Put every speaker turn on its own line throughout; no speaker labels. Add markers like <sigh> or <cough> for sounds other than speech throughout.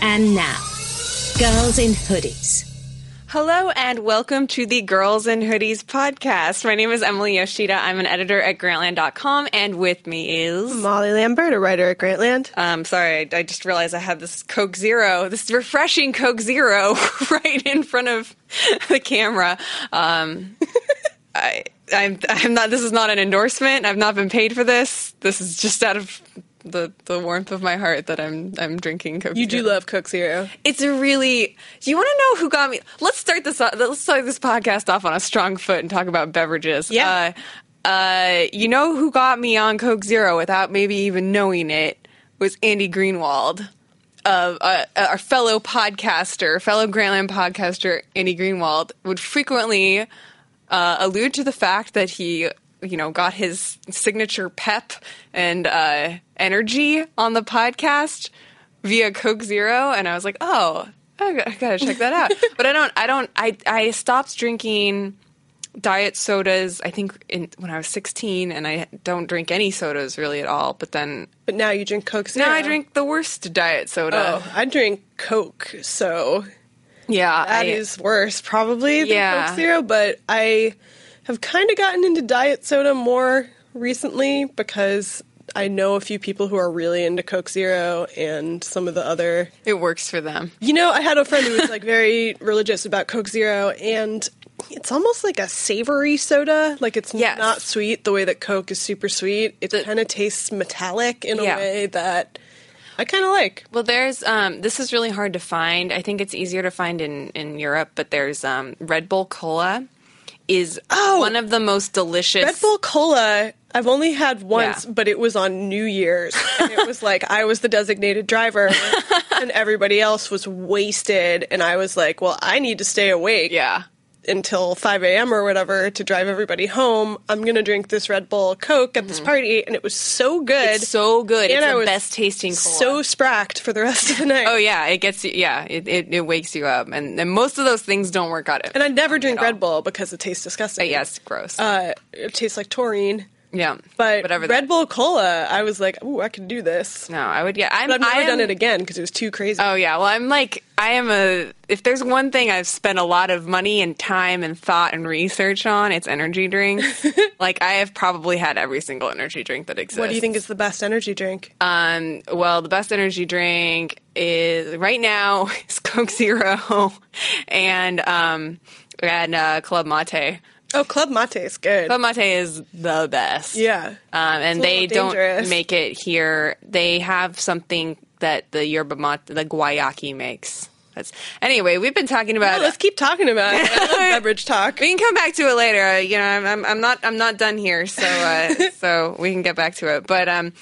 And now, Girls in Hoodies.
Hello and welcome to the Girls in Hoodies podcast. My name is Emily Yoshida. I'm an editor at Grantland.com, and with me is.
Molly Lambert, a writer at Grantland.
Um, sorry, I, I just realized I had this Coke Zero, this refreshing Coke Zero, <laughs> right in front of the camera. Um, <laughs> I, I'm, I'm not. This is not an endorsement. I've not been paid for this. This is just out of the, the warmth of my heart that I'm I'm drinking Coke.
You do
Zero.
love Coke Zero.
It's a really. Do you want to know who got me? Let's start this. Let's start this podcast off on a strong foot and talk about beverages.
Yeah.
Uh, uh, you know who got me on Coke Zero without maybe even knowing it was Andy Greenwald, of uh, our fellow podcaster, fellow Grantland podcaster Andy Greenwald would frequently uh, allude to the fact that he, you know, got his signature pep and uh, energy on the podcast via Coke Zero, and I was like, oh, I gotta, I gotta check that out. but I don't, I don't, I I stopped drinking diet sodas. I think in, when I was sixteen, and I don't drink any sodas really at all. But then
But now you drink Coke Zero.
now I drink the worst diet soda.
Oh, I drink Coke, so
Yeah,
that
I-
is worse probably than
Yeah.
Coke Zero. But I have kind of gotten into diet soda more recently because I know a few people who are really into Coke Zero and some of the other
it works for them.
You know, I had a friend who was like very religious about Coke Zero, and it's almost like a savory soda. Like it's
Yes.
not sweet the way that Coke is super sweet. It
The-
kind of tastes metallic in
Yeah.
a way that I kind of like.
Well, there's um, this is really hard to find. I think it's easier to find in in Europe, but there's um, Red Bull Cola is
Oh!
one of the most delicious.
Red Bull Cola, I've only had once,
Yeah.
but it was on New Year's. And it was like I was the designated driver, and everybody else was wasted, and I was like, well, I need to stay awake.
Yeah.
until 5 a.m. or whatever to drive everybody home. I'm going to drink this Red Bull Coke at this party. And it was so good.
Mm-hmm. It's so good.
And
it's
I
the
was
best tasting cola.
So spracked for the rest of the night.
oh yeah, it gets you. Yeah, it, it, it wakes you up, and, and most of those things don't work out.
And I never drink
all.
Red Bull because it tastes disgusting.
yes, gross.
Uh, it tastes like taurine.
yeah,
But
whatever.
Red
that-
Bull Cola, I was like, ooh, I can do this.
No, I would get. I'm,
But I've never
I am-
done it again because it was too crazy.
Oh yeah, well I'm like I am a if there's one thing I've spent a lot of money and time and thought and research on, it's energy
<laughs>
drinks. like I have probably had every single energy drink that exists.
what do you think is the best energy drink?
Um well, the best energy drink is right now <laughs> is Coke Zero <laughs> and um and uh, Club Mate.
oh, Club Mate is good.
Club Mate is the best.
yeah.
Um, and
It's a
they
little
don't
dangerous.
make it here. They have something that the yerba mate, the guayaki makes. That's anyway. We've been talking
Oh,
about.
let's keep talking about it. I
<laughs>
love beverage talk.
we can come back to it later. Uh, you know, I'm, I'm, I'm not I'm not done here, so uh,
<laughs>
so we can get back to it. But um,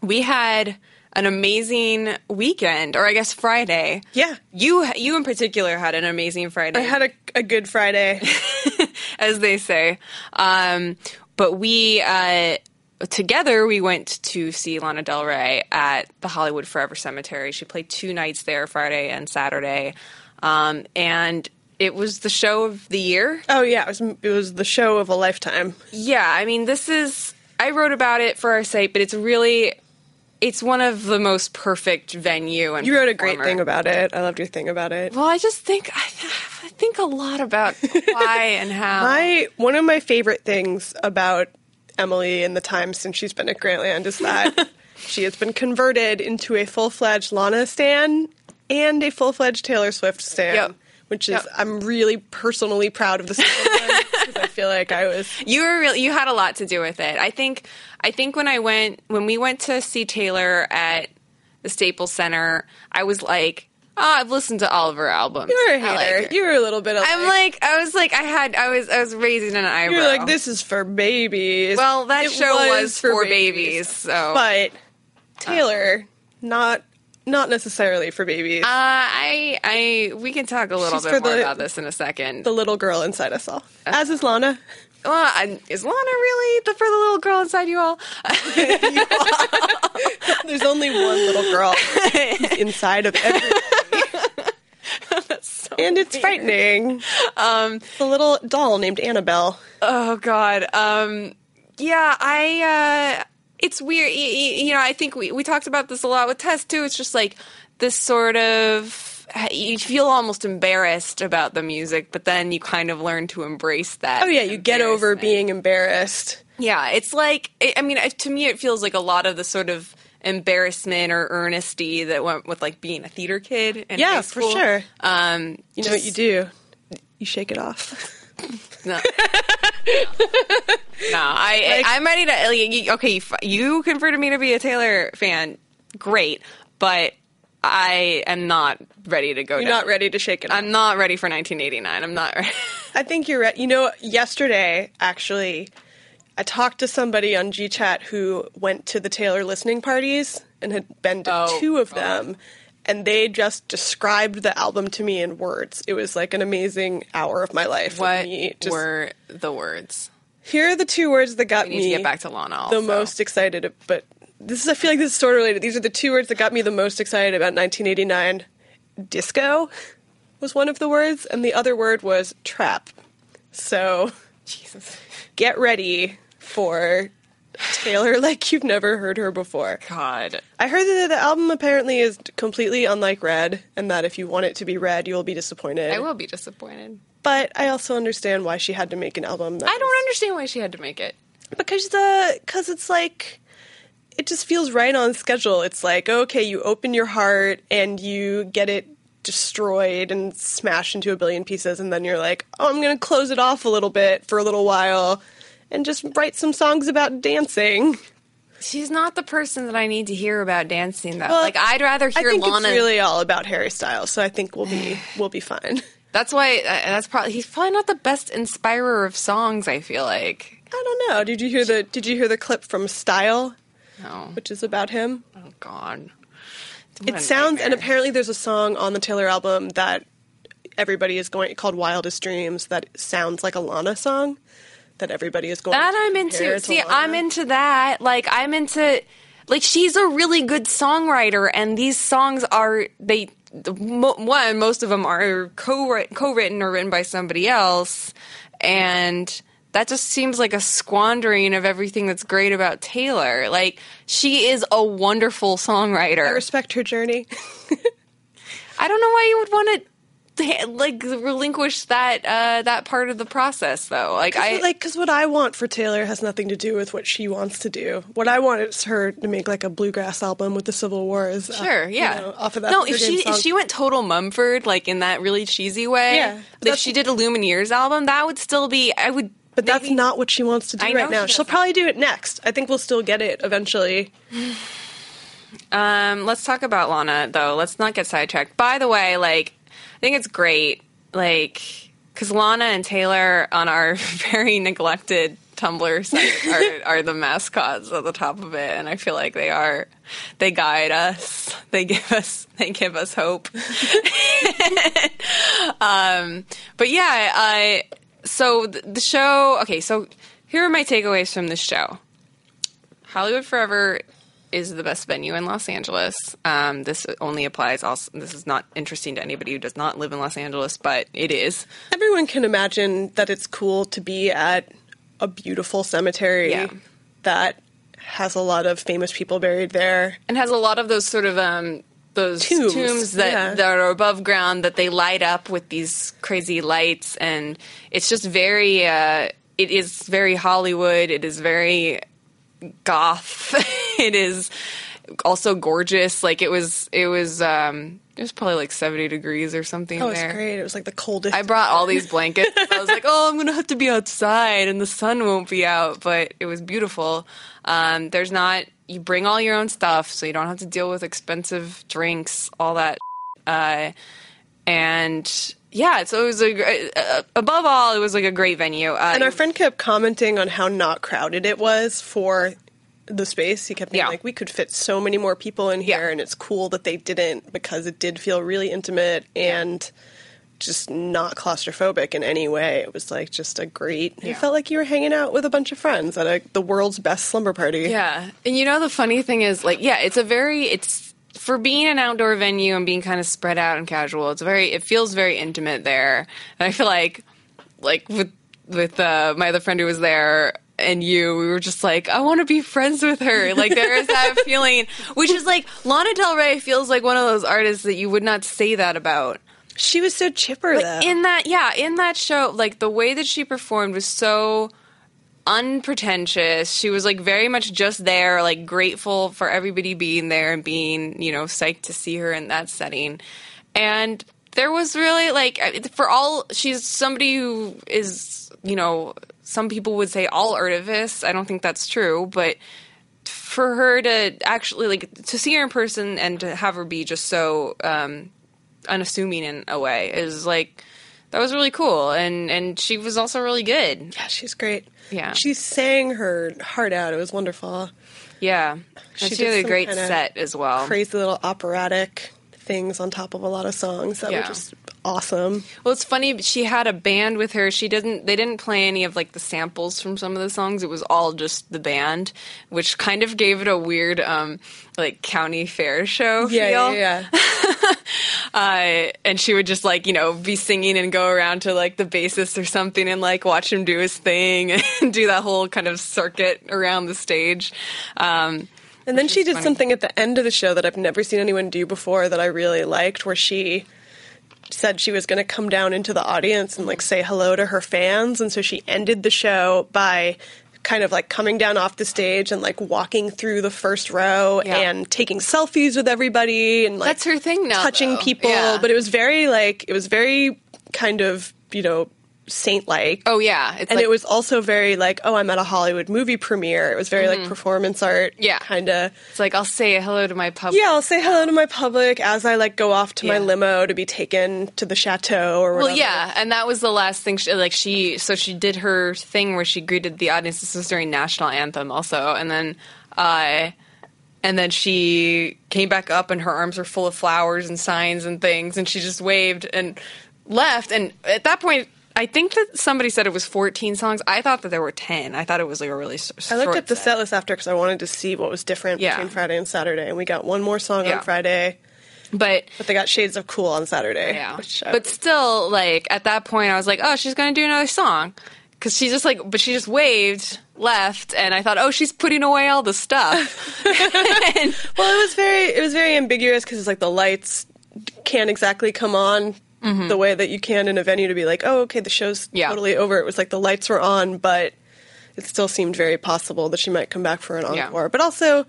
we had an amazing weekend, or I guess Friday.
Yeah.
You you in particular had an amazing Friday.
I had a, a good Friday.
as they say. Um, but we uh, together we went to see Lana Del Rey at the Hollywood Forever Cemetery. She played two nights there, Friday and Saturday, um, and it was the show of the year.
Oh yeah, it was it was the show of a lifetime.
Yeah, I mean, this is I wrote about it for our site, but it's really. It's one of the most perfect venue, and
You wrote a great
performer.
thing about it. I loved your thing about it.
Well, I just think <laughs> I, I think a lot about why and how.
I one of my favorite things about Emily in the time since she's been at Grantland
<laughs>
is that she has been converted into a full-fledged Lana stan and a full-fledged Taylor Swift stan.
Yep.
Which is
Yep.
I'm really personally proud
<laughs>
of this because I feel like I was
You were real you had a lot to do with it. I think I think when I went when we went to see Taylor at the Staples Center, I was like, "Oh, I've listened to all of her albums."
you were a
I like
hater.
her."
you were a little bit of
I'm like I was like I had I was I was raising an eyebrow.
you were like this is for babies.
Well, that
It
show was, for babies, so uh,
but Taylor, not not necessarily for babies.
Uh, I I we can talk a little
She's
bit
for
more
the-
about this in a second.
the little girl inside us all, as is Lana. <laughs>
well, I, is Lana really the for the little girl inside you all?
There's only one little <laughs> girl inside of <laughs> everybody. and it's frightening. Um, the little doll named Annabelle.
Oh God. Um, yeah, I uh, it's weird. You, you know, I think we, we talked about this a lot with Tess too. It's just like this sort of you feel almost embarrassed about the music, but then you kind of learn to embrace that.
Oh yeah, you get over
embarrassment.
being embarrassed.
Yeah, it's like I I mean, I- to me, it feels like a lot of the sort of embarrassment or earnesty that went with like being a theater kid. In
Yeah,
high
for
school.
sure.
Um,
You know what you do? You shake it off.
<laughs> No. no, I, I I'm ready to. Like, you- okay, you, f- you converted me to be a Taylor fan. Great, but I am not ready to go.
You're
down.
not ready to shake it off.
I'm not ready for 1989. I'm not
<laughs>
ready.
I think you're right. You know, yesterday actually, I talked to somebody on GChat who went to the Taylor listening parties and had been to
Oh,
two of
God.
them, and they just described the album to me in words. It was like an amazing hour of my life.
<laughs>
of
What
me just-
were the words?
Here are the two words that got
We need
me
to get back to Lana.
the
Also.
most excited. ab- But this is I feel like this is sort of related. These are the two words that got me the most excited about 1989. Disco was one of the words, and the other word was trap. So
Jesus.
get ready for Taylor like you've never heard her before.
God.
I heard that the album apparently is completely unlike Red, and that if you want it to be Red, you will be disappointed.
I will be disappointed.
But I also understand why she had to make an album. That
I
was-
don't understand why she had to make it.
because the because it's like it just feels right on schedule it's like okay you open your heart and you get it destroyed and smashed into a billion pieces and then you're like oh i'm gonna close it off a little bit for a little while and just write some songs about dancing
She's not the person that I need to hear about dancing, though.
Well,
like, I'd rather
i
hear
think
Lana.
it's really all about harry styles so i think we'll be we'll be fine
That's why. Uh, that's probably he's probably not the best inspirer of songs. I feel like.
i don't know did you hear the did you hear the clip from style
No.
which is about him
Oh God. What
It
a
sounds, and
nightmare.
apparently there's a song on the Taylor album that everybody is going called "Wildest Dreams" that sounds like a Lana song that everybody is going.
that
to
I'm
compare
into.
to
See,
Lana.
I'm into that. Like I'm into. Like she's a really good songwriter, and these songs are they. The, mo- one, most of them are co co-written or written by somebody else, and that just seems like a squandering of everything that's great about Taylor. Like she is a wonderful songwriter.
I respect her journey.
I don't know why you would want to like relinquish that uh, that part of the process though. Like I
But, <laughs> like because what I want for Taylor has nothing to do with what she wants to do. What I want is her to make like a bluegrass album with the Civil War. Is
sure, yeah.
off of that.
no,
Hunger
if she
Games song.
if she went total Mumford like in that really cheesy way,
Yeah,
like if
that's-
she did a Lumineers album, that would still be I would.
But that's
maybe-
not what she wants to do
I know
right now.
she
She'll
doesn't.
probably do it next. I think we'll still get it eventually.
Um, let's talk about Lana though. Let's not get sidetracked. By the way, like I think it's great, like because Lana and Taylor on our <laughs> very neglected Tumblr site are, are the mascots at the top of it, and I feel like they are. They guide us. <laughs> They give us. They give us hope. <laughs> um, but yeah, I. So th- the show. Okay, so here are my takeaways from this show. Hollywood Forever is the best venue in Los Angeles. Um, this only applies. Also, this is not interesting to anybody who does not live in Los Angeles, but it is.
Everyone can imagine that it's cool to be at a beautiful cemetery
Yeah.
that has a lot of famous people buried there.
and has a lot of those sort of um those tombs,
Tombs,
that,
yeah.
that are above ground that they light up with these crazy lights and it's just very uh it is very hollywood it is very goth <laughs> it is also gorgeous like it was it was um it was probably like 70 degrees or something
Oh, it's
there
great. It was like the <laughs> coldest.
I brought all these blankets. I was like, oh, I'm going to have to be outside and the sun won't be out. But it was beautiful. Um, there's not, you bring all your own stuff so you don't have to deal with expensive drinks, all that. Uh, and yeah, so it was a, gr- uh, above all, it was like a great venue. Uh,
and our friend kept commenting on how not crowded it was for the space. He kept being
Yeah.
like, we could fit so many more people in here,
Yeah.
and it's cool that they didn't because it did feel really intimate and just not claustrophobic in any way. It was like just a great,
Yeah.
it felt like you were hanging out with a bunch of friends at a, the world's best slumber party.
Yeah. And you know the funny thing is like yeah, it's a very it's for being an outdoor venue and being kind of spread out and casual. It's very it feels very intimate there. And I feel like like with with uh, my other friend who was there and you, we were just like, I want to be friends with her. Like there is that feeling, which is like Lana Del Rey feels like one of those artists that you would not say that about.
She was so chipper
But
though.
in that, yeah, in that show, like the way that she performed was so unpretentious. She was like very much just there, like grateful for everybody being there and being, you know, psyched to see her in that setting. And there was really like I- for all she's somebody who is, you know, some people would say all artifice. I don't think that's true, but for her to actually like to see her in person and to have her be just so um unassuming in a way is like that was really cool and and she was also really good
yeah, she's great.
Yeah.
She sang her heart out. It was wonderful.
yeah and
She
she,
did
had a
some
great
kinda
set as well
Crazy little operatic things on top of a lot of songs that were
Yeah.
just awesome.
well it's funny she had a band with her she didn't they didn't play any of like the samples from some of the songs it was all just the band which kind of gave it a weird um like county fair show
Yeah,
feel
yeah, yeah.
uh, and she would just like you know be singing and go around to like the bassist or something and like watch him do his thing <laughs> and do that whole kind of circuit around the stage um,
And then she did
funny.
something at the end of the show that I've never seen anyone do before that I really liked, where she said she was going to come down into the audience and like say hello to her fans. And so she ended the show by kind of like coming down off the stage and like walking through the first row
Yeah.
and taking selfies with everybody and like
That's her thing now,
touching
though.
people.
Yeah.
But it was very like, it was very kind of, you know, saint like
oh yeah it's
and
like-
it was also very like, oh, I'm at a Hollywood movie premiere. It was very like performance art,
Mm-hmm. Yeah.
kind of.
it's like I'll say hello to my pub.
Yeah, I'll say hello to my public as I like go off to my
Yeah.
limo to be taken to the chateau or whatever.
Well, yeah, and that was the last thing. She, like she, so she did her thing where she greeted the audience. This was during national anthem, also, and then, uh, and then she came back up, and her arms were full of flowers and signs and things, and she just waved and left. And at that point, I think that somebody said it was fourteen songs. I thought that there were ten. I thought it was like a really. s-
I looked
short
up the
set.
set list after because I wanted to see what was different
Yeah.
between Friday and Saturday, and we got one more song
Yeah.
on Friday,
but
but they got Shades of Cool on Saturday.
Yeah. <laughs>
which I-
but still, like at that point, I was like, oh, she's gonna do another song, because she just like, but she just waved, left, and I thought, oh, she's putting away all the stuff. And-
well, it was very it was very ambiguous because it's like the lights can't exactly come on. The way that you can in a venue to be like, oh, okay, the show's
Mm-hmm. Yeah.
totally over. It was like the lights were on, but it still seemed very possible that she might come back for an
Yeah.
encore. But also,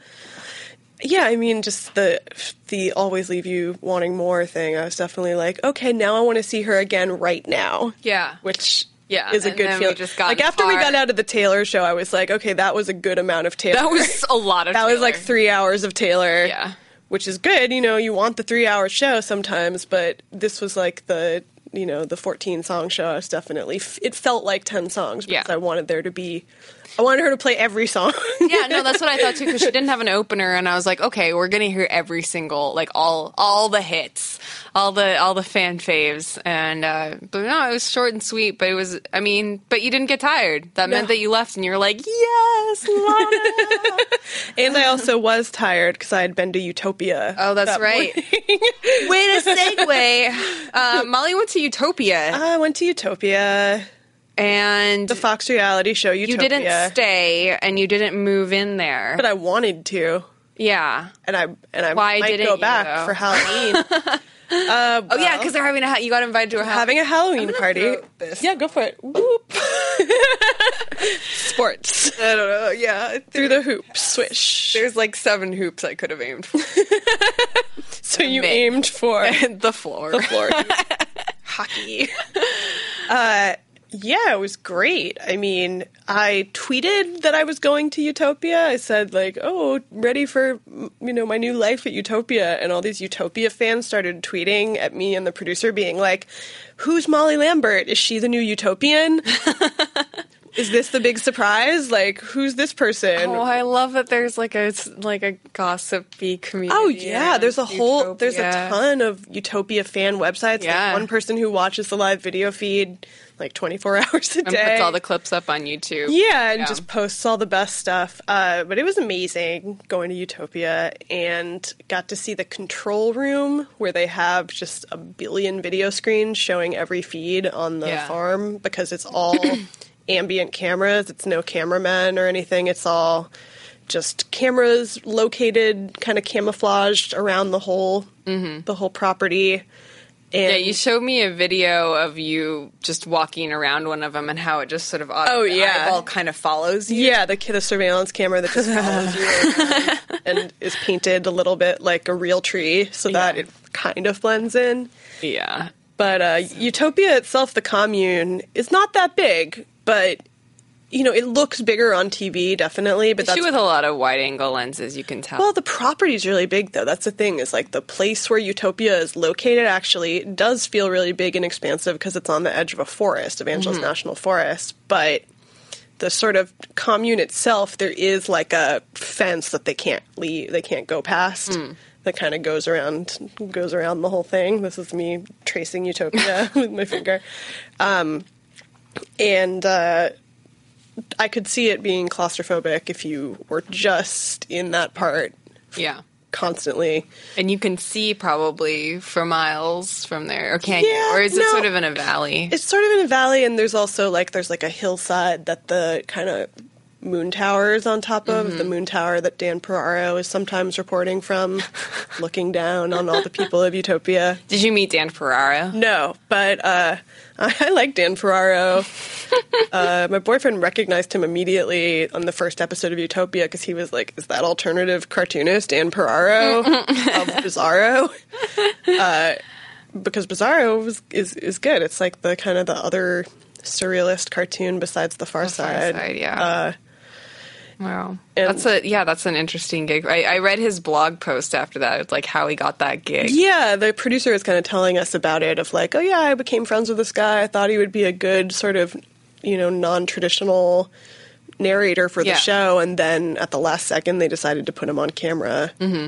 yeah, I mean, just the the always leave you wanting more thing. I was definitely like, okay, now I want to see her again right now.
yeah,
which
Yeah,
is a
and
good
then we
feeling.
just gotten
like after we
far.
got out of the Taylor show, I was like, okay, that was a good amount of
<laughs>
Taylor.
that <laughs> was a lot of.
That was like
Taylor.
three hours of Taylor.
Yeah.
Which is good. You know, you want the three hour show sometimes, but this was like the, you know, the 14 song show. I was definitely, it felt like 10 songs because
Yeah.
I wanted there to be, I wanted her to play every song. <laughs>
yeah, no, that's what I thought too because she didn't have an opener, and I was like, okay, we're gonna hear every single, like all all the hits, all the all the fan faves, and uh, but no, it was short and sweet, but it was, I mean, but you didn't get tired. That meant
No.
that you left, and you were like, yes, Lana.
and I also was tired because I had been to Utopia.
Oh, that's
that
right.
morning. <laughs>
Way to segue. Uh, Molly went to Utopia,
I went to Utopia,
and
the Fox reality show
you
Utopia.
didn't stay, and you didn't move in there.
But I wanted to.
yeah.
And I and I
Why
might
didn't
go
you,
back
though?
for Halloween.
<laughs>
uh,
Oh yeah, because they're having a ha- you got invited to a house.
having a Halloween party.
throw this.
Yeah, go for it. Whoop. Sports. I don't know. Yeah, through the hoop, swish.
There's like seven hoops I could have aimed for
so you
mid.
aimed <laughs> for
the floor.
<laughs> the floor. Hockey. Uh, yeah, it was great. I mean, I tweeted that I was going to Utopia. I said like, "Oh, ready for m- you know my new life at Utopia," and all these Utopia fans started tweeting at me and the producer, being like, "Who's Molly Lambert? Is she the new Utopian?" Is this the big surprise? Like, who's this person?
Oh, I love that. There's like a s- like a gossipy community.
Oh yeah,
around
there's a whole there's a
um, Utopia.
ton of Utopia fan websites.
Yeah.
Like one person who watches the live video feed like 24 <laughs> hours a
And
day.
puts all the clips up on YouTube.
yeah, and
Yeah.
just posts all the best stuff. Uh, but it was amazing going to Utopia and got to see the control room where they have just a billion video screens showing every feed on the
Yeah. <clears throat>
farm because it's all ambient cameras. It's no cameramen or anything. It's all just cameras located, kind of camouflaged around the whole the whole property. And
Mm-hmm. Yeah, you showed me a video of you just walking around one of them and how it just sort of auto-
Oh,
the
yeah.
eyeball kind of follows you.
Yeah, the the surveillance camera that just follows you
<laughs>
around and is painted a little bit like a real tree, so that
Yeah.
it kind of blends in.
Yeah.
But uh, Utopia itself, the commune, is not that big, but you know it looks bigger on TV definitely. But that's
She with a lot of wide angle lenses, you can tell.
well, the property's really big though. That's the thing is like the place where Utopia is located actually does feel really big and expansive because it's on the edge of a forest, of Angeles National Forest, but. The sort of commune itself, there is like a fence that they can't leave, they can't go past. That kind of goes around, goes around the whole thing. This is me tracing Utopia with my finger Um, and uh, I could see it being claustrophobic if you were just in that part
yeah.
constantly.
And you can see probably for miles from there, or can
Yeah,
you? Or is it
no.
sort of in a valley?
It's sort of in a valley, and there's also like there's like a hillside that the kind of moon tower is on top of the moon tower that Dan Peraro is sometimes reporting from, looking down on all the people of Utopia.
Did you meet Dan Ferrara?
No, but uh, <laughs> I, I like Dan Ferraro. uh, my boyfriend recognized him immediately on the first episode of Utopia because he was like, "Is that alternative cartoonist Dan Ferraro of Bizarro?" Uh, because Bizarro was, is is good. It's like the kind of the other surrealist cartoon besides The Far, Side.
Side, yeah.
Uh,
Wow.
And-
that's a yeah, that's an interesting gig. I, I read his blog post after that, it's like how he got that gig.
Yeah, the producer was kind of telling us about it of like, oh yeah, I became friends with this guy. I thought he would be a good sort of, you know, non-traditional narrator for the
Yeah.
show, and then at the last second they decided to put him on camera. Mm-hmm.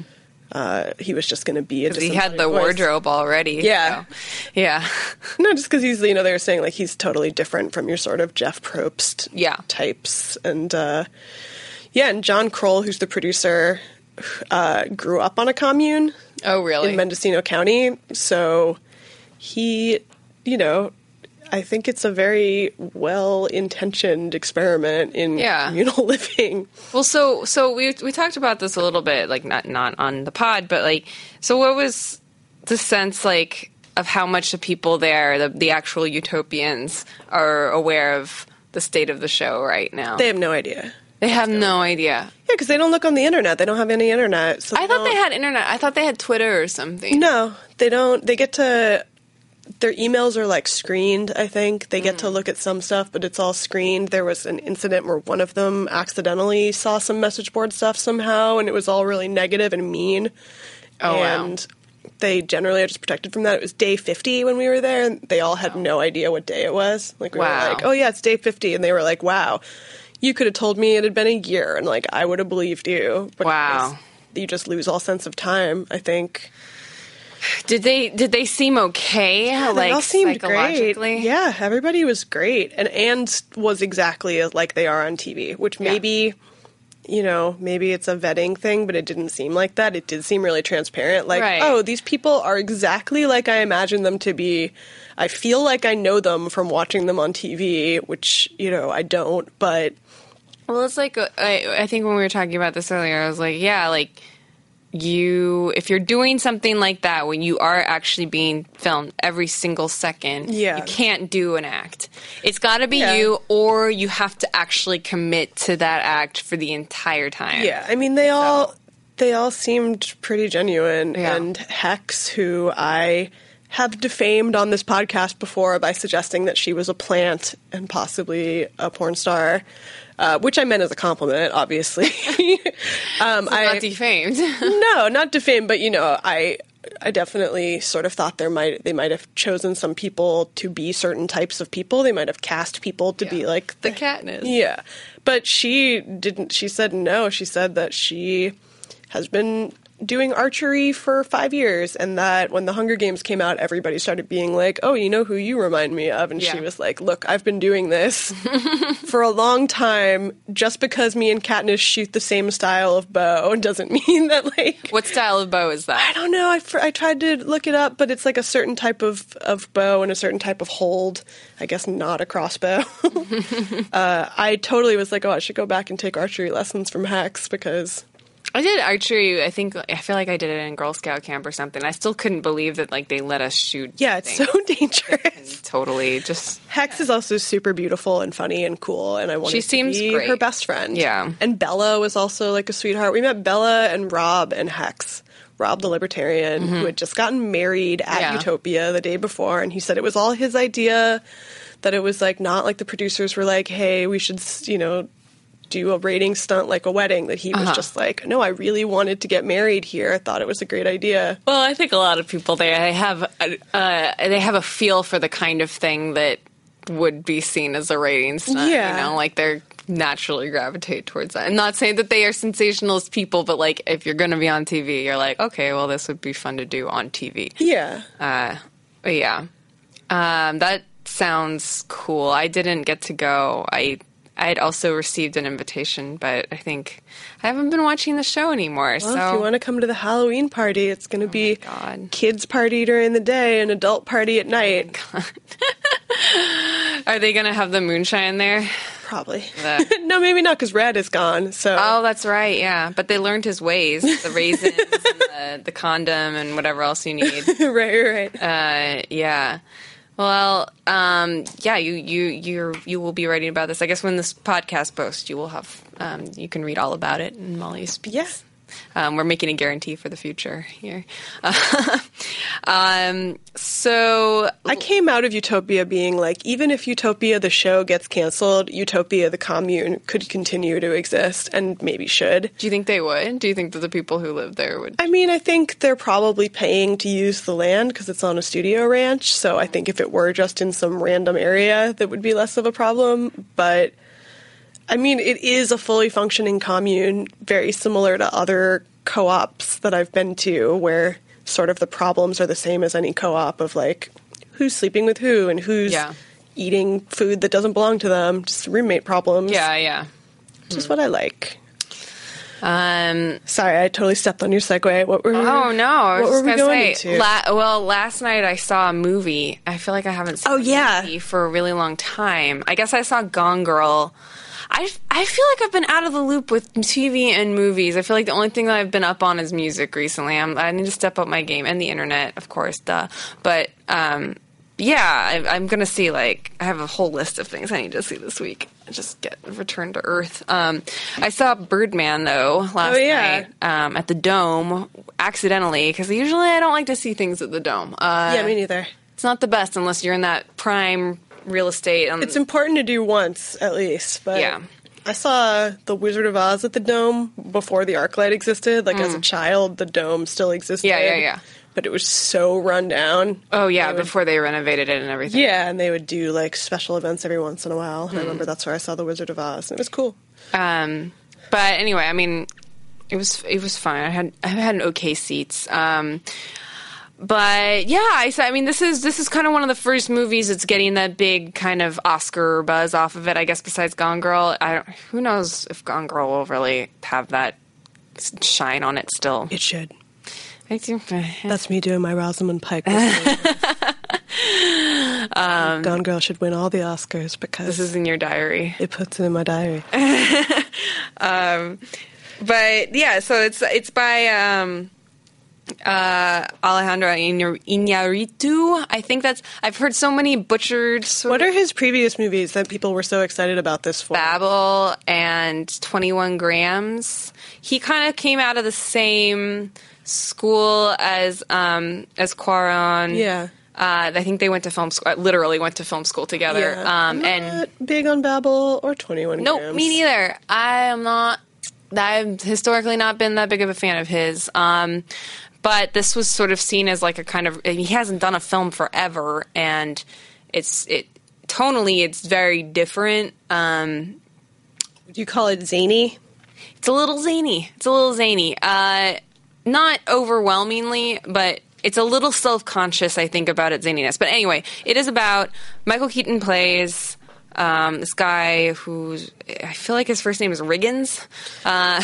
Uh, he was just going to be a.
He had
disembodied
the
voice.
wardrobe already.
Yeah.
so- Yeah.
No, just because he's you know they were saying like he's totally different from your sort of Jeff Probst
Yeah.
types, and uh, yeah, and John Kroll, who's the producer, uh, grew up on a commune.
<laughs> Oh really?
in Mendocino County. So he, you know, I think it's a very well intentioned experiment in
Yeah.
communal <laughs> living.
Well, so so we we talked about this a little bit, like not not on the pod, but like so what was the sense like of how much the people there, the the actual utopians, are aware of the state of the show right now?
They have no idea.
They have no idea.
Yeah, because they don't look on the internet. They don't have any internet. So
I thought they
don't-
had internet. I thought they had Twitter or something.
No, they don't. They get to. Their emails are like screened, I think. They get to
Hmm.
look at some stuff, but it's all screened. There was an incident where one of them accidentally saw some message board stuff somehow, and it was all really negative and mean.
Oh, wow.
and they generally are just protected from that. It was day 50 when we were there, and they all had no idea what day it was. Like, we
Wow.
were like, oh, yeah, it's day 50. And they were like, wow, you could have told me it had been a year, and like, I would have believed you. But
Wow.
it's- You just lose all sense of time, I think.
Did they did they seem okay? like
they all seemed great.
psychologically?
Yeah, everybody was great, and and was exactly as like they are on TV. Which maybe, you know, maybe it's a vetting thing, but it didn't seem like that. It did seem really transparent. Like,
Right.
oh, these people are exactly like I imagine them to be. I feel like I know them from watching them on TV, which you know I don't. But
Well, it's like uh, I, I think when we were talking about this earlier, I was like, yeah, like you, if you're doing something like that when you are actually being filmed every single second,
Yeah.
you can't do an act. It's got to be
Yeah.
you, or you have to actually commit to that act for the entire time.
Yeah, I mean they all they all seemed pretty genuine.
Yeah.
And Hex, who I have defamed on this podcast before by suggesting that she was a plant and possibly a porn star, uh, which I meant as a compliment, obviously.
<laughs>
um,
not
I-
defamed. <laughs>
no, not defame, but you know, I I definitely sort of thought there might they might have chosen some people to be certain types of people. They might have cast people to be like
The Katniss.
Yeah, but she didn't. She said no. She said that she has been doing archery for five years, and that when the Hunger Games came out, everybody started being like, "Oh, you know who you remind me of?" And she
Yeah.
was like, "Look, I've been doing this for a long time. Just because me and Katniss shoot the same style of bow <laughs> doesn't mean that like."
What style of bow is
I
that?
don't know. Oh, I, fr- I tried to look it up, but it's like a certain type of, of bow and a certain type of hold. I guess not a crossbow. <laughs> uh, I totally was like, oh, I should go back and take archery lessons from Hex because
I did archery. I think I feel like I did it in Girl Scout camp or something. I still couldn't believe that like they let us shoot.
Yeah, it's so
things.
<laughs> dangerous.
totally just
Hex is also super beautiful and funny and cool, and I wanted
She seems
to be
great.
her best friend.
Yeah.
and Bella was also like a sweetheart. We met Bella and Rob and Hex. Rob the libertarian who had just gotten married at
Mm-hmm. Yeah.
Utopia the day before, and he said it was all his idea. That it was like not like the producers were like, "Hey, we should," s- you know. Do a rating stunt like a wedding that he was
Uh-huh.
just like, no, I really wanted to get married here. I thought it was a great idea.
Well, I think a lot of people there they have a, uh, they have a feel for the kind of thing that would be seen as a rating stunt.
Yeah.
You know, like they're naturally gravitate towards that. I'm not saying that they are sensationalist people, but like if you're going to be on TV, you're like, okay, well, this would be fun to do on TV.
Yeah,
Uh, but yeah, um, that sounds cool. I didn't get to go. I I had also received an invitation, but I think I haven't been watching the show anymore.
Well,
so Oh
if you want to come to the Halloween party, it's going to be
God.
kids party during the day and adult party at night.
are they going to have the moonshine there?
Probably.
The-
<laughs> no, maybe not because Red is gone. So
Oh, that's right. Yeah, but they learned his ways: the raisins, and the, the condom, and whatever else you
<laughs>
need.
<laughs> right, right, right.
Uh, yeah. Well, um, yeah, you you you you will be writing about this. I guess when this podcast posts, you will have um, you can read all about it in Molly's piece.
Yeah.
Um, we're making a guarantee for the future here. <laughs> um, so
I came out of Utopia being like, even if Utopia the show gets canceled, Utopia the commune could continue to exist and maybe should.
do you think they would? Do you think that the people who live there would?
I mean, I think they're probably paying to use the land because it's on a studio ranch. So I think if it were just in some random area, that would be less of a problem. But I mean, it is a fully functioning commune, very similar to other co ops that I've been to, where sort of the problems are the same as any co op of like who's sleeping with who and who's
Yeah.
eating food that doesn't belong to them, just roommate problems.
Yeah, yeah.
Which is what I like.
Um,
Sorry, I totally stepped on your segue. What were
Oh no! I was
Mm-hmm. what
just
were we
gonna
going
say.
to?
La- well, last night I saw a movie. I feel like I haven't seen
Oh,
a
yeah.
movie for a really long time. I guess I saw Gone Girl. I, I feel like I've been out of the loop with TV and movies. I feel like the only thing that I've been up on is music recently. I'm, I need to step up my game and the internet, of course, duh. But um, yeah, I, I'm gonna see like I have a whole list of things I need to see this week. Just get returned to earth. Um, I saw Birdman though last
Oh, yeah.
night um, at the Dome accidentally because usually I don't like to see things at the Dome. Uh,
yeah, me neither.
it's not the best unless you're in that prime real estate. And
It's important to do once at least, but
Yeah.
I saw The Wizard of Oz at the Dome before the ArcLight existed. Like as a child, the Dome still existed.
Mm. Yeah, yeah, yeah.
But it was so run down.
oh yeah,
I would-
before they renovated it and everything.
Yeah, and they would do like special events every once in a while. And I
Mm.
remember that's where I saw The Wizard of Oz, and it was cool.
Um, but anyway, I mean, it was it was fine. I had I had an okay seats. Um, but yeah, I said. I mean, this is this is kind of one of the first movies that's getting that big kind of Oscar buzz off of it. I guess besides Gone Girl, I don't, who knows if Gone Girl will really have that s- shine on it still.
It should.
I think-
That's me doing my
<laughs>
Rosamund Pike. whistle. Gone Girl should win all the Oscars
Um, This
because
is in your diary.
it puts it in my diary.
but yeah, so it's it's by um, uh, Alejandro Iñárritu. I think that's I've heard so many butchered sort
What are his previous movies that people were so excited about this for?
Babel and 21 Grams. He kind of came out of the same school as um, as Quaron.
Yeah.
Uh, I think they went to film school. Literally went to film school together. Um,
I'm
and
not big on Babel or Twenty One.
Nope, me neither. I am not. I've historically not been that big of a fan of his. Um, but this was sort of seen as like a kind of he hasn't done a film forever, and it's it tonally it's very different. Um,
Do you call it zany?
it's a little zany. It's a little zany. Uh, not overwhelmingly, but it's a little self conscious, I think, about its zaniness. But anyway, it is about Michael Keaton plays um, this guy who's, I feel like his first name is Riggins, uh,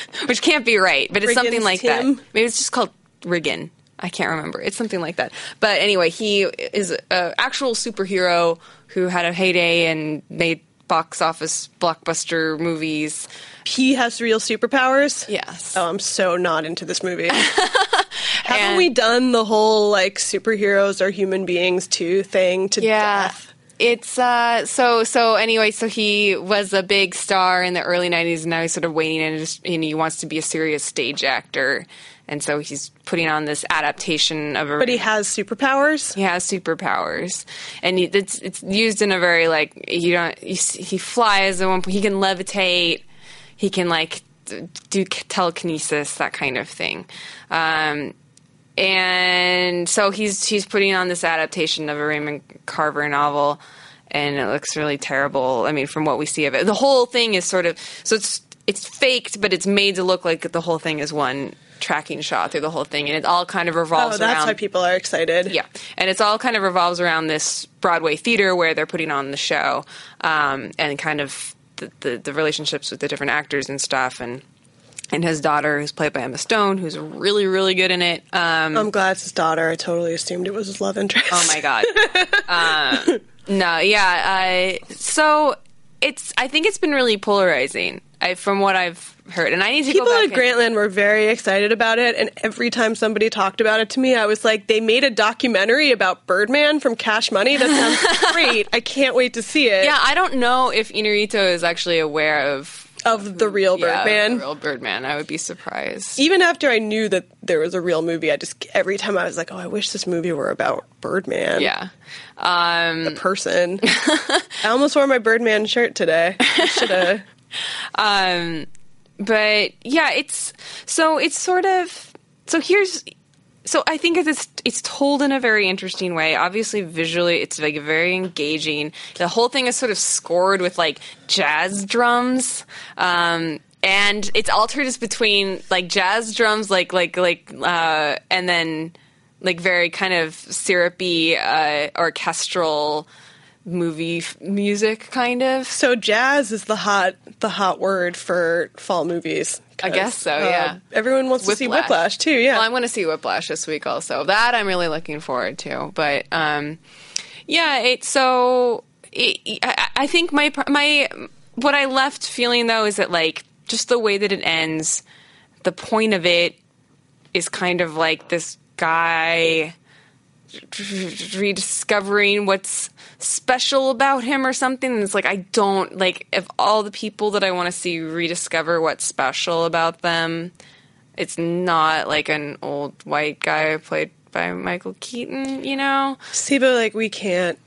<laughs> which can't be right, but it's something
Riggins
like
Tim?
that. Maybe it's just called Riggin. I can't remember. It's something like that. But anyway, he is an actual superhero who had a heyday and made box office blockbuster movies.
He has real superpowers.
Yes.
Oh, I'm so not into
<laughs>
this movie. Haven't
And-
we done the whole like superheroes are human beings too thing to death?
It's uh so so anyway, so he was a big star in the early nineties and now he's sort of waiting and, just, and he wants to be a serious stage actor. And so he's putting on this adaptation of a
But he has superpowers.
he has superpowers, and he, it's it's used in a very like you don't you, s- he flies at one point. He can levitate. He can like d- do k- telekinesis that kind of thing. Um, and so he's he's putting on this adaptation of a Raymond Carver novel, and it looks really terrible. I mean, from what we see of it, the whole thing is sort of so it's it's faked, but it's made to look like the whole thing is one tracking shot through the whole thing, and it all kind of
Oh,
revolves
that's
around
why people are excited.
yeah, and it's all kind of revolves around this Broadway theater where they're putting on the show, um, and kind of the, the the relationships with the different actors and stuff, and and his daughter, who's played by Emma Stone, who's really really good in it. Um,
I'm glad it's his daughter. I totally assumed it was his love interest.
oh my
<laughs>
god, um, no, yeah. Uh, so it's I think it's been really polarizing I, from what I've heard, and I need to
People
go back
at
and-
Grantland were very excited about it, and every time somebody talked about it to me, I was like, "They made a documentary about Birdman from Cash Money. That
<laughs>
sounds great. I can't wait to see it."
Yeah, I don't know if Inarito is actually aware of.
of the real
yeah,
Birdman.
the real Birdman. I would be surprised.
even after I knew that there was a real movie, I just every time I was like, "Oh, I wish this movie were about Birdman,
Yeah. Um,
the person."
<laughs>
I almost wore my Birdman shirt today. Should have.
um, but yeah, it's so it's sort of so here's so I think it's it's told in a very interesting way. Obviously, visually, it's like very engaging. The whole thing is sort of scored with like jazz drums. Um, and it's alternates between like jazz drums, like like like, uh, and then like very kind of syrupy uh, orchestral movie f- music, kind of.
So jazz is the hot the hot word for fall movies. 'cause,
I guess so, yeah.
everyone wants to see
Whiplash.
Whiplash too. Yeah.
Well, I'm going to see Whiplash this week also. That I'm really looking forward to. But um, yeah, it's so. It, I, I think my pr- my what I left feeling though is that like just the way that it ends, the point of it is kind of like this guy rediscovering what's special about him or something and it's like i don't like of all the people that i want to see rediscover what's special about them it's not like an old white guy played by michael keaton you know
see, but like we can't.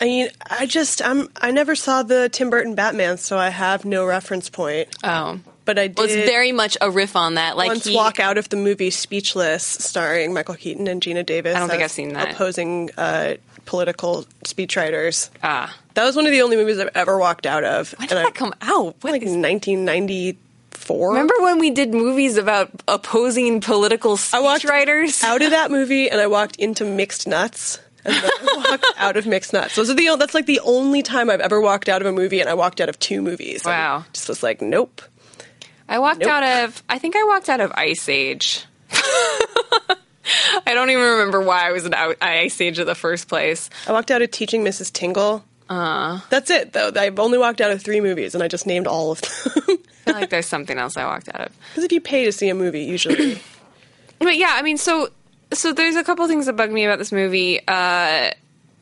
I mean, I just I'm I never saw the Tim Burton Batman, so I have no reference point.
oh
But I did.
well, it's very much a riff on that like
once
he,
walk out of the movie Speechless, starring Michael Keaton and Gina Davis.
I don't think
as
I've seen that.
Opposing uh, political speechwriters.
ah
That was one of the only movies I've ever walked out of.
when did
I-
that come out What
Like
is-
1994.
remember when we did movies about opposing political
I walked
speechwriters
out of that movie, and I walked into Mixed Nuts. And then I
<laughs>
walked out of Mixed Nuts. Those are the that's like the only time I've ever walked out of a movie, and I walked out of two movies. I
Wow.
just was like, nope.
I walked
Nope.
out of. I think I walked out of Ice Age. <laughs> I don't even remember why I was in Ou- Ice Age in the first place.
I walked out of Teaching Mrs. Tingle. Uh,
Uh-huh.
That's it, though. I've only walked out of three movies, and I just named all of them. <laughs>
I feel like there's something else I walked out of.
Because if you pay to see a movie, usually
But yeah, I mean, so so there's a couple things that bug me about this movie. Uh,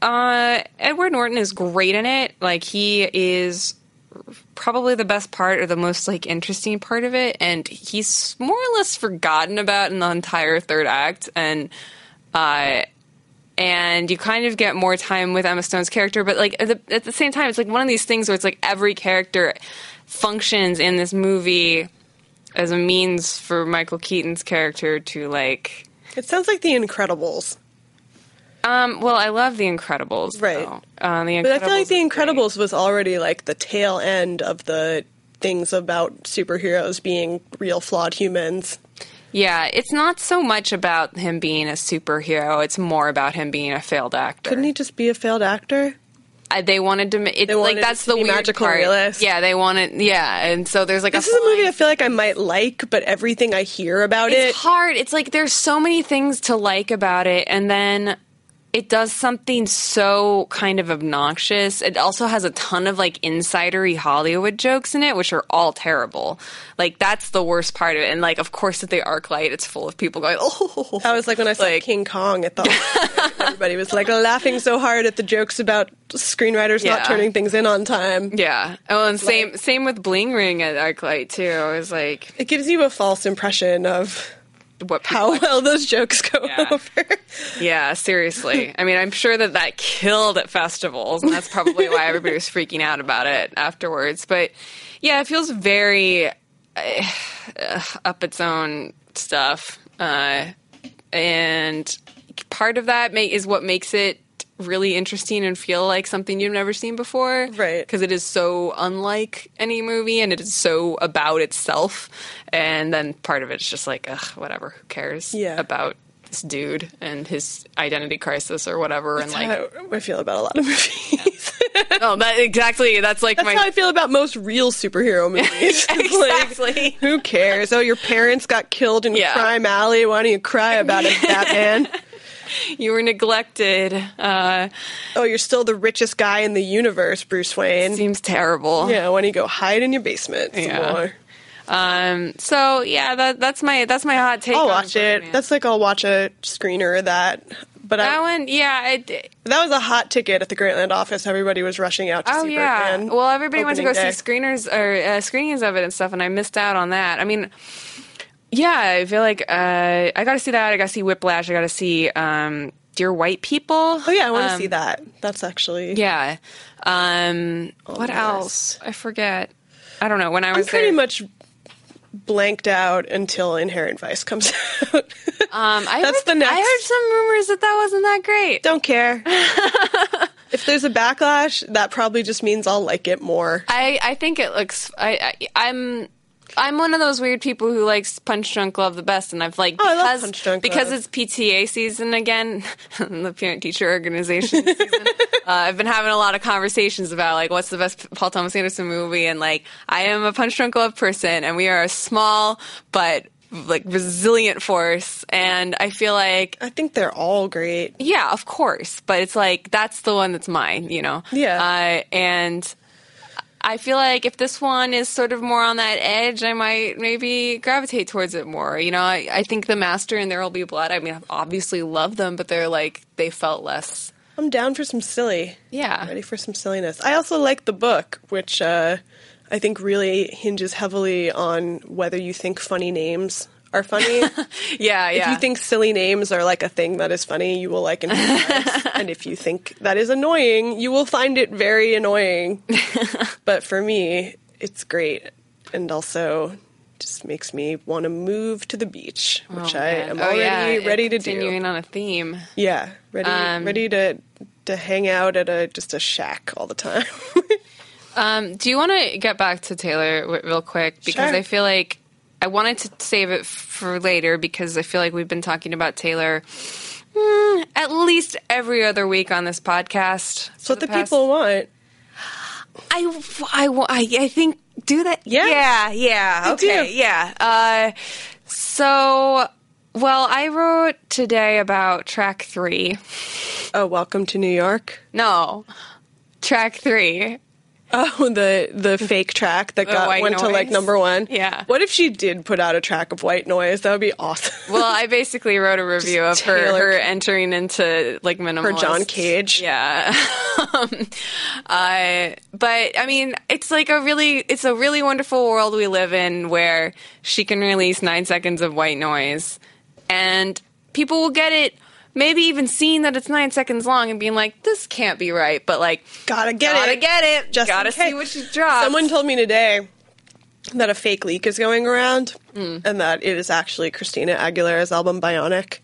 uh, Edward Norton is great in it. Like he is probably the best part or the most like interesting part of it, and he's more or less forgotten about in the entire third act. And uh, and you kind of get more time with Emma Stone's character. But like at the, at the same time, it's like one of these things where it's like every character functions in this movie as a means for Michael Keaton's character to like.
it sounds like The Incredibles.
Um, well, I love The Incredibles,
Right.
though. Uh, the Incredibles
But I feel like
is
The
great.
Incredibles was already like the tail end of the things about superheroes being real flawed humans.
Yeah, it's not so much about him being a superhero. It's more about him being a failed actor.
Couldn't he just be a failed actor?
Uh, they wanted to. ma- It's
They
like
wanted
that's
it to
the
be
weird
magical
part.
realist.
Yeah, they wanted. Yeah, and so there's like
This
a
is a
fine-
movie I feel like I might like, but everything I hear about it,
it's hard. It's like there's so many things to like about it, and then it does something so kind of obnoxious. It also has a ton of like insidery Hollywood jokes in it, which are all terrible. Like that's the worst part of it. And like of course at the arc light, it's full of people going, "Oh, <laughs>
that was like when I saw
Like-
King Kong at the.
<laughs>
everybody was like laughing so hard at the jokes about screenwriters
Yeah.
not turning things in on time.
yeah." Oh, and same same with Bling Ring at arc light too. I was like,
It gives you a false impression of
"What? people <laughs>
how well those jokes go
Yeah.
<laughs> over.
Yeah, seriously. I mean, I'm sure that that killed at festivals, and that's probably why everybody was freaking out about it afterwards. But yeah, it feels very uh, up its own stuff, uh, and part of that may- is what makes it really interesting and feel like something you've never seen before
Right.
because it is so unlike any movie and it is so about itself and then part of it's just like ugh whatever who cares
Yeah.
about this dude and his identity crisis or whatever and like
That's how I feel about a lot of movies.
oh that exactly that's like
That's
my
how
<laughs>
I feel about most real superhero movies. <laughs> Like,
exactly
who cares? Oh, your parents got killed in
Yeah.
Crime Alley. Why don't you cry about it,
<laughs>
Batman?
you were neglected uh
oh, you're still the richest guy in the universe, Bruce Wayne.
seems terrible
Yeah, why don't you go hide in your basement some
Yeah.
more?
um so yeah that that's my that's my hot take
I'll
on
watch it.
Birdman.
That's like I'll watch a screener of that. But I,
that one yeah it,
that was a hot ticket at the Grantland office. Everybody was rushing out to
Oh
see
yeah.
Birdman.
Well, everybody went to go
opening day.
see screeners or uh, screenings of it and stuff, and I missed out on that. I mean, yeah, I feel like uh, I got to see that. I got to see Whiplash. I got to see um, Dear White People.
Oh yeah, I want to see that. That's actually.
Um, Yeah. Um, what
Oh, yes.
else? I forget. I don't know. When I
I'm
was
pretty
there,
much blanked out until Inherent Vice comes <laughs> out.
um, I
that's
heard,
the next-
I heard some rumors that that wasn't that great. <laughs>
Don't care. if there's a backlash, that probably just means I'll like it more.
I, I think it looks. I, I I'm. I'm one of those weird people who likes Punch Drunk Love the best, and I've like
Oh, I love
because
Punch Drunk
because
Love.
it's PTA season again, <laughs> the Parent Teacher Organization.
<laughs>
season, uh, I've been having a lot of conversations about like what's the best Paul Thomas Anderson movie, and like I am a Punch Drunk Love person, and we are a small but like resilient force, and I feel like
I think they're all great.
yeah, of course. But it's like that's the one that's mine, you know.
Yeah.
Uh, and I feel like if this one is sort of more on that edge, I might maybe gravitate towards it more. You know, I, I think The Master and There Will Be Blood. I mean, I've obviously loved them, but they're like they felt less.
I'm down for some silly.
Yeah.
Ready for some silliness. I also like the book, which uh, I think really hinges heavily on whether you think funny names
<laughs>
are funny.
Yeah, yeah.
If you think silly names are like a thing that is funny, you will like it.
<laughs>
and if you think that is annoying, you will find it very annoying.
<laughs>
but for me, it's great. And also just makes me want to move to the beach, which
Oh,
I
man.
am
Oh,
already
yeah,
ready to
continuing
do.
on a theme.
Yeah, ready
Um,
ready to to hang out at a just a shack all the time. <laughs>
Um, do you want to get back to Taylor w- real quick because
Sure.
I feel like I wanted to save it for later because I feel like we've been talking about Taylor mm, at least every other week on this podcast.
That's what the, people want.
I, I, I, I think do that.
Yeah.
yeah, yeah.
They
Okay,
do.
yeah. Uh, so, well, I wrote today about track three.
Oh, welcome to New York.
No, track three.
Oh, the
<laughs>
the fake track that
The
got
white
went to like
noise?
number one.
Yeah.
What if she did put out a track of white noise? That would be awesome.
Well, I basically wrote a review of
Just
her,
Taylor-
her entering into like minimalist.
For John Cage.
Yeah. <laughs> um, I- but I mean, it's like a really, it's a really wonderful world we live in where she can release nine seconds of white noise, and people will get it. Maybe even seeing that it's nine seconds long and being like, "This can't be right," but like,
<laughs> Gotta get
gotta
it.
get it,
Just in
gotta see
case.
what she drops.
Someone told me today that a fake leak is going
Hmm. <laughs>
around and that it is actually Christina Aguilera's album Bionic.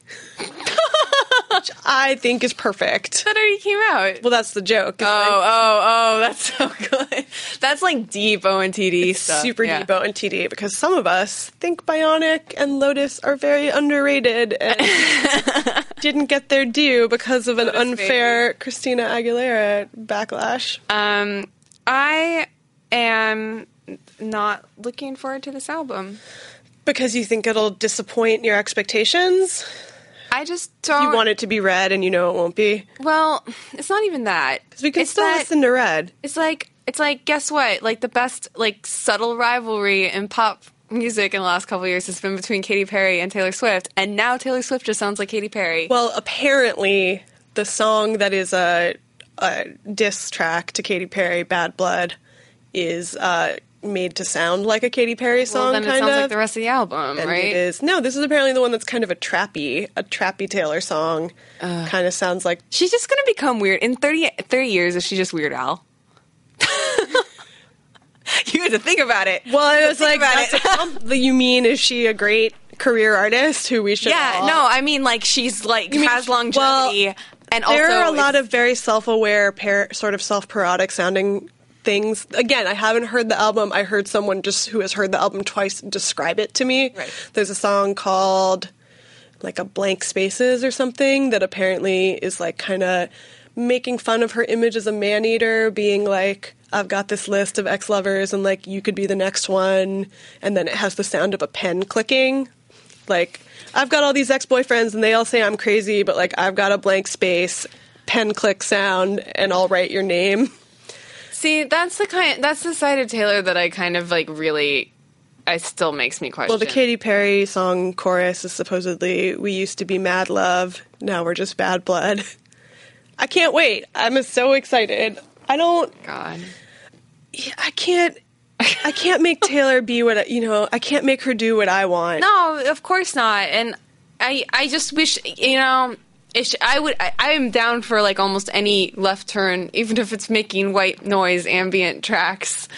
which I think is perfect.
That already came out.
Well, that's the joke.
oh,
It's
oh, oh, that's so good. That's like deep ONTD
like
stuff.
super
yeah.
deep and TD because some of us think Bionic and Lotus are very underrated and
<laughs>
didn't get their due because of an unfair Christina Aguilera backlash.
Um, I am not looking forward to this album.
because you think it'll disappoint your expectations.
I just don't.
You want it to be red, and you know it won't be
Well, it's not even that.
because we can
it's
still
that-
listen to red.
It's like it's like guess what? Like the best like subtle rivalry in pop music in the last couple of years has been between Katy Perry and Taylor Swift, and now Taylor Swift just sounds like Katy Perry.
Well, apparently the song that is a, a diss track to Katy Perry, "Bad Blood," is uh, made to sound like a Katy Perry
Well,
song,
then it
kind
sounds
of.
like the rest of the album,
and
right?
it is no. This is apparently the one that's kind of a trappy, a trappy Taylor song. kind of sounds like
She's just gonna become weird in 30, 30 years. Is she just Weird Al? <laughs> you had to think about it.
Well, it was like
about
that's a comp- you mean is she a great career artist who we should?
yeah,
all-
no, I mean like she's like
mean-
has longevity,
well,
and also
there are a
is-
lot of very self-aware, par- sort of self-parodic sounding things. Again, I haven't heard the album. I heard someone just who has heard the album twice describe it to me.
Right.
There's a song called like a blank spaces or something that apparently is like kind of making fun of her image as a man eater, being like, I've got this list of ex lovers and like you could be the next one. And then it has the sound of a pen clicking. Like, I've got all these ex boyfriends and they all say I'm crazy, but like I've got a blank space, pen click sound, and I'll write your name.
See, that's the kind. That's the side of Taylor that I kind of like. Really, it still makes me question.
Well, the Katy Perry song chorus is supposedly "We used to be mad love, now we're just bad blood." I can't wait. I'm so excited. I don't.
God.
I can't. I
<laughs>
can't make Taylor be what I, you know. I can't make her do what I want.
No, of course not. And I, I just wish you know. It sh- I would. I, I am down for like almost any left turn, even if it's making white noise ambient tracks.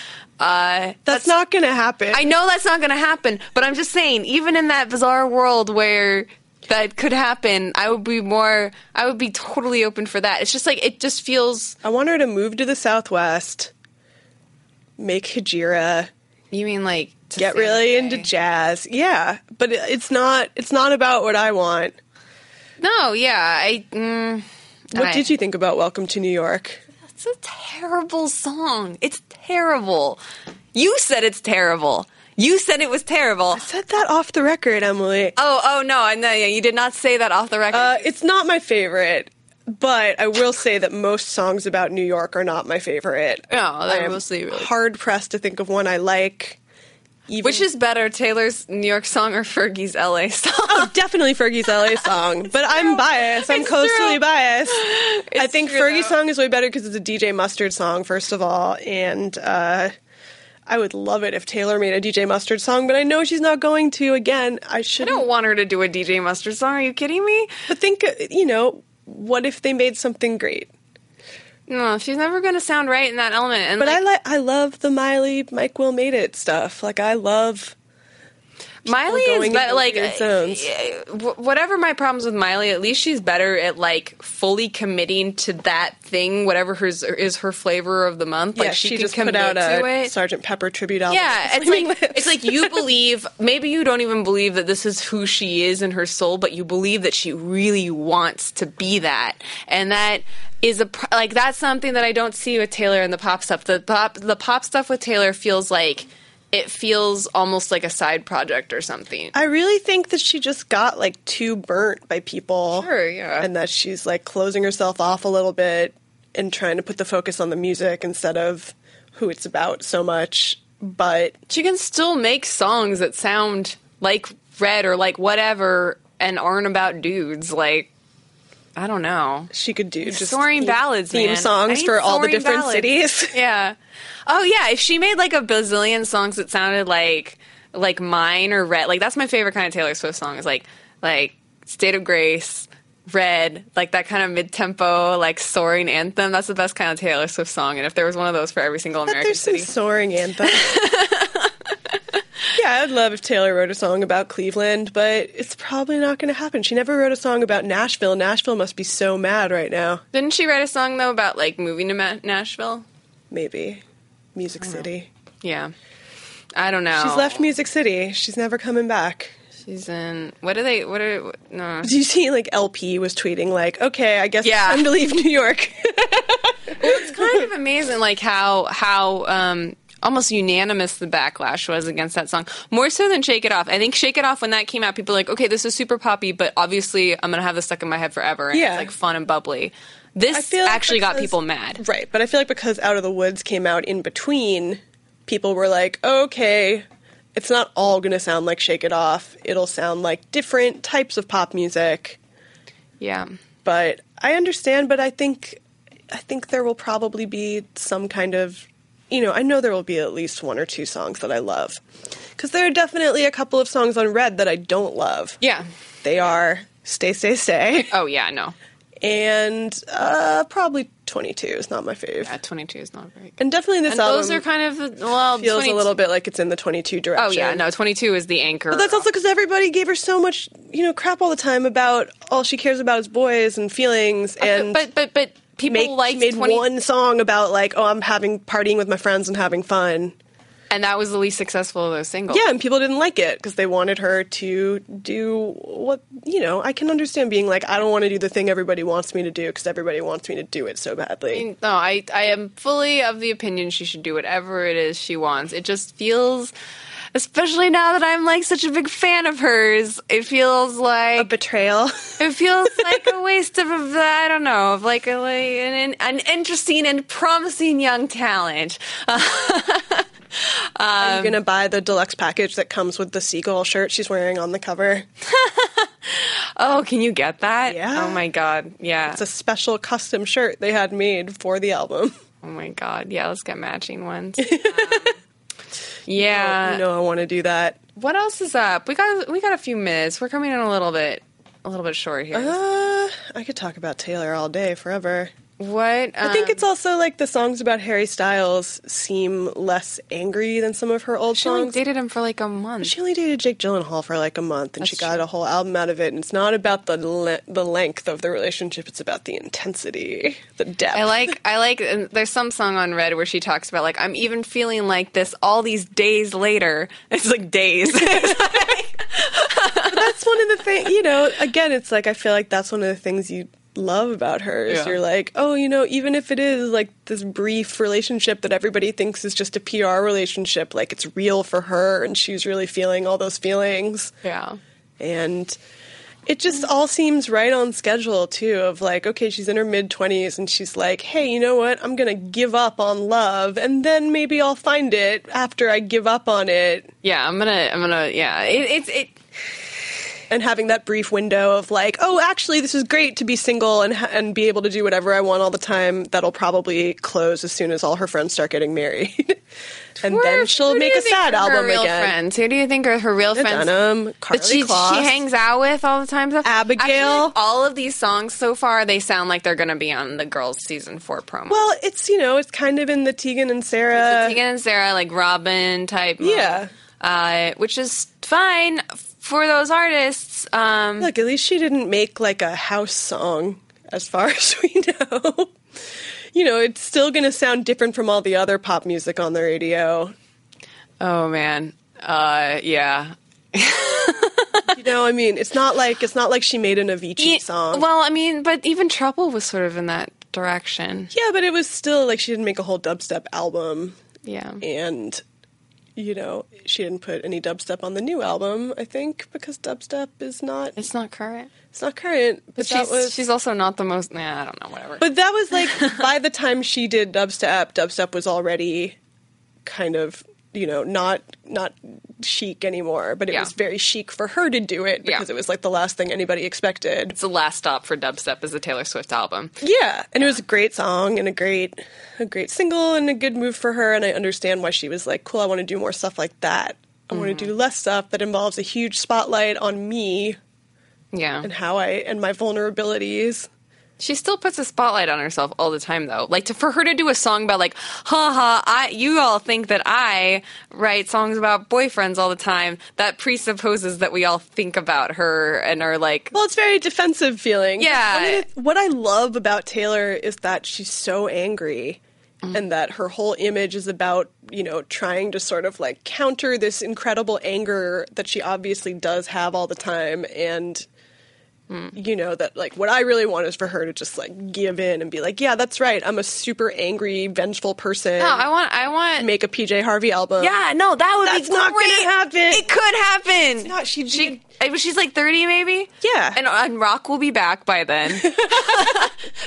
Uh,
that's, not going to happen.
I know that's not going to happen, but I'm just saying, even in that bizarre world where that could happen, I would be more. I would be totally open for that. It's just like it just feels.
I want her to move to the Southwest, make Hijira,
You mean like to
get
San
really
Jose.
into jazz. Yeah, but it, it's not. It's not about what I want.
No, yeah, I. Mm,
What
I-
did you think about Welcome to New York?
It's a terrible song. It's terrible. You said it's terrible. You said it was terrible.
Said that off the record, Emily.
Oh, oh no, I know. Yeah, you did not say that off the record.
Uh, it's not my favorite, but I will say that most songs about New York are not my favorite.
No,
I
they're
am
Oh, mostly really-
hard pressed to think of one I like. Even,
Which is better, Taylor's New York song or Fergie's LA <laughs> song?
oh, definitely
<laughs>
Fergie's LA song, but I'm biased. I'm
It's
closely
true.
biased. I think
true,
Fergie's
though.
song is way better because it's a DJ Mustard song, first of all, and uh, I would love it if Taylor made a DJ Mustard song, but I know she's not going to. Again, I
I
shouldn't.
don't want her to do a DJ Mustard song. Are you kidding me?
But think, uh, you know, what if they made something great?
No, she's never going to sound right in that element. And
But
like,
I like I love the Miley Mike Will made it stuff. Like I love
Miley
going
is
into
better. Like
weird zones.
uh, wh- whatever my problems with Miley, at least she's better at like fully committing to that thing, whatever hers is her flavor of the month.
yeah,
like
she,
can
just put
commit
out
to
a
it.
Sergeant Pepper tribute album.
Yeah, it's
<laughs>
like it's like you believe. Maybe you don't even believe that this is who she is in her soul, but you believe that she really wants to be that, and that is a pr- like that's something that I don't see with Taylor and the pop stuff. The pop the pop stuff with Taylor feels like it feels almost like a side project or something.
I really think that she just got like too burnt by people.
Sure, yeah.
And that she's like closing herself off a little bit and trying to put the focus on the music instead of who it's about so much. But
she can still make songs that sound like red or like whatever and aren't about dudes like i don't know
she could do just
soaring
theme-
ballads
theme
man. I
songs
need
for all the
soaring
different
ballads.
cities. <laughs>
yeah oh yeah if she made like a bazillion songs that sounded like like mine or red like that's my favorite kind of taylor swift song is like like state of grace red like that kind of mid-tempo like soaring anthem that's the best kind of taylor swift song and if there was one of those for every single <laughs>
But
american
there's some
city
soaring anthem. yeah, I'd love if Taylor wrote a song about Cleveland, but it's probably not going to happen. She never wrote a song about Nashville. Nashville must be so mad right now.
Didn't she write a song though about like moving to Ma- Nashville?
Maybe. Music City.
Yeah. I don't know.
She's left Music City. She's never coming back.
She's in. What are they? What are what- no?
Do you see, like, LP was tweeting, like, okay, I guess
Yeah.
it's time to leave New York. <laughs>
It's kind of amazing, like how how um, almost unanimous the backlash was against that song, more so than "Shake It Off." I think "Shake It Off" when that came out, people were like, okay, this is super poppy, but obviously I'm gonna have this stuck in my head forever. And
Yeah.
it's like fun and bubbly.
I
This
feel like
actually got
because-
people mad.
Right, but I feel like because Out of the Woods came out in between, people were like, okay, it's not all going to sound like Shake It Off. It'll sound like different types of pop music.
Yeah.
But I understand, but I think I think there will probably be some kind of you know, I know there will be at least one or two songs that I love. Cuz there are definitely a couple of songs on Red that I don't love.
Yeah.
They are Stay Stay Stay
Oh yeah. No.
and uh probably 22 is not my fave.
At 22 is not very good.
And definitely this
And
album
those are kind of well.
feels
22
a little bit like it's in the 22 direction.
Oh yeah. No. 22 is the anchor.
But that's also because everybody gave her so much, you know, crap all the time about all she cares about is boys and feelings and
Uh, but but but people
make,
liked
she made
20
one song about like, oh, I'm having partying with my friends and having fun.
and that was the least successful of those singles.
Yeah, and people didn't like it because they wanted her to do what you know. I can understand being like, I don't want to do the thing everybody wants me to do because everybody wants me to do it so badly.
No, I I am fully of the opinion she should do whatever it is she wants. It just feels especially now that I'm like such a big fan of hers, it feels
a
like
betrayal. <laughs>
it feels like a waste of a, I don't know, of like, a, like an, an interesting and promising young talent.
Are
Um,
you gonna buy the deluxe package that comes with the seagull shirt she's wearing on the cover?
Oh, can you get that?
Yeah.
Oh my god. Yeah.
It's a special custom shirt they had made for the album.
oh my god. Yeah, let's get matching
<laughs>
ones. Um, yeah. Uh,
you know I want to do that.
What else is up? We got we got a few minutes. We're coming in a little bit a little bit short here.
Uh, I could talk about Taylor all day forever.
What
I think it's also like the songs about Harry Styles seem less angry than some of her old
she only
songs.
dated him for like a month.
She only dated Jake Gyllenhaal for like a month, and she
That's
got a whole album out of it. And it's not about the le- the length of the relationship; it's about the intensity, the depth.
I like I like and there's some song on Red where she talks about like I'm even feeling like this all these days later. <laughs> It's like days.
that's one of the things. You know, again, it's like I feel like that's one of the things you love about her is
Yeah.
you're like, oh, you know, even if it is like this brief relationship that everybody thinks is just a PR relationship, like it's real for her, and she's really feeling all those feelings.
<laughs> yeah.
and it just all seems right on schedule too of like okay she's in her mid 20s and she's like hey you know what i'm going to give up on love and then maybe i'll find it after i give up on it
<laughs> Yeah, I'm gonna I'm gonna yeah. It, it's it
and having that brief window of like oh actually this is great to be single and ha- and be able to do whatever i want all the time that'll probably close as soon as all her friends start getting married <laughs> and
Where-
then she'll
who do
make
you
a
think
sad
are her
album
real
again
Friends? Who do you think are her real friends?
Dunham, Carly
that she,
Kloss.
she hangs out with all the time. Stuff.
Abigail.
I feel like all of these songs so far, they sound like they're going to be on the girls' season four promo.
well it's you know it's kind of in the tegan and sarah
Tegan and Sarah, like Robin type. mode.
Uh, Yeah.
Uh, which is fine for those artists. Um,
Look, at least she didn't make like a house song, as far <laughs> as we know. you know, it's still going to sound different from all the other pop music on the radio.
oh, man. Uh, yeah.
You know, I mean, it's not like it's not like she made an Avicii
E-
song.
Well, I mean, but even Trouble was sort of in that direction.
yeah, but it was still like she didn't make a whole dubstep album,
Yeah.
and you know, she didn't put any dubstep on the new album. I think because dubstep is not
It's not current.
it's not current. But,
But
that
she's,
was
she's also not the most. Nah, I don't know, whatever.
But that
<laughs>
was like by the time she did dubstep, dubstep was already kind of you know not not chic anymore, but it
Yeah.
was very chic for her to do it
Yeah.
because it was like the last thing anybody expected.
it's the last stop for dubstep is the Taylor Swift album.
Yeah, and it was a great song and a great a great single and a good move for her and I understand why she was like, "Cool, I want to do more stuff like that. I want to do less stuff that involves a huge spotlight on me
Yeah.
and how I and my vulnerabilities."
She still puts a spotlight on herself all the time, though. Like to, for her to do a song about like, ha ha, I, you all think that I write songs about boyfriends all the time. That presupposes that we all think about her and are like,
Well, it's very defensive feeling.
Yeah.
I mean, what I love about Taylor is that she's so angry
Mm.
and that her whole image is about, you know, trying to sort of like counter this incredible anger that she obviously does have all the time and
Mm.
you know that like what I really want is for her to just like give in and be like, yeah, that's right. I'm a super angry, vengeful person.
no, I want, I want.
make a PJ Harvey album.
yeah, no, that would
That's
be
not gonna
great.
happen.
It could happen.
not- she did-
I mean, she's like thirty, maybe.
Yeah.
and, and Rock will be back by
<laughs>
then. <laughs>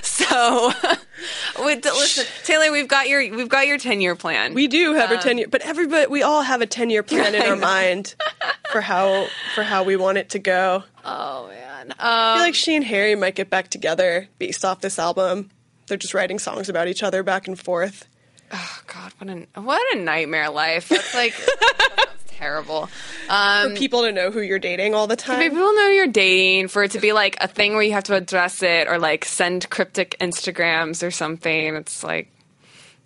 so, <laughs> with, listen, Taylor, we've got your we've got your ten year plan.
We do have
Um,
a ten year, but everybody, we all have a ten year plan in
<laughs>
our mind for how for how we want it to go.
oh man.
I feel like she and Harry might get back together based off this album. They're just writing songs about each other back and forth.
God, what a what a nightmare life. That's like <laughs> that's terrible. Um,
For people to know who you're dating all the time.
maybe people know you're dating for it to be like a thing where you have to address it or like send cryptic Instagrams or something. It's like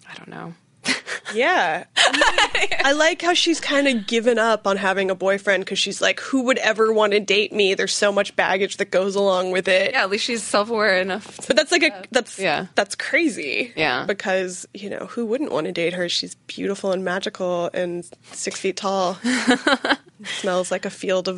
I don't know. <laughs>
Yeah. I, mean, I like how she's kind of given up on having a boyfriend because she's like, who would ever want to date me? There's so much baggage that goes along with it.
Yeah, at least she's self aware enough. To,
But that's like a that's
Yeah.
that's crazy.
Yeah.
Because, you know, who wouldn't want to date her? She's beautiful and magical and six
<laughs>
feet tall. smells like a field of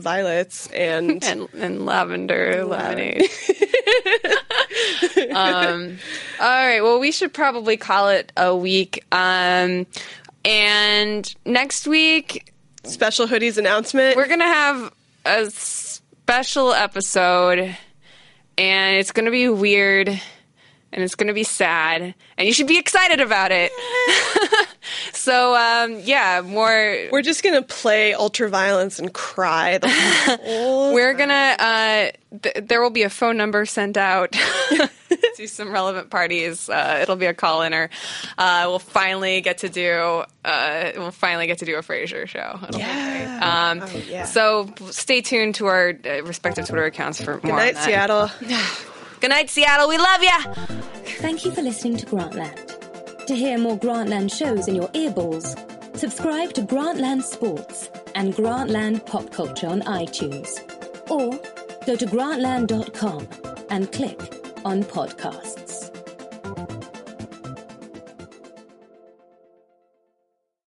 <laughs>
violets and
and, and lavender lemonade. <laughs> um, all right. Well, we should probably call it a week. Um, and next week
special hoodies announcement.
We're gonna have a special episode, and it's gonna be weird, and it's gonna be sad, and you should be excited about it. <laughs> so, um, yeah, more.
We're just gonna play ultraviolence and cry the
<laughs>
whole
We're gonna. Uh, th- there will be a phone number sent out <laughs> to some relevant parties. Uh, it'll be a call inner. Uh, we'll finally get to do. Uh, we'll finally get to do a Frasier show. It'll be
Oh. Yeah.
great. Um,
Oh, yeah.
So stay tuned to our uh, respective Twitter accounts for more. on
night,
that.
Seattle.
Good night, Seattle. We love ya.
Thank you for listening to Grantland. To hear more Grantland shows in your earballs, subscribe to Grantland Sports and Grantland Pop Culture on iTunes. Or go to grantland.com and click on podcasts.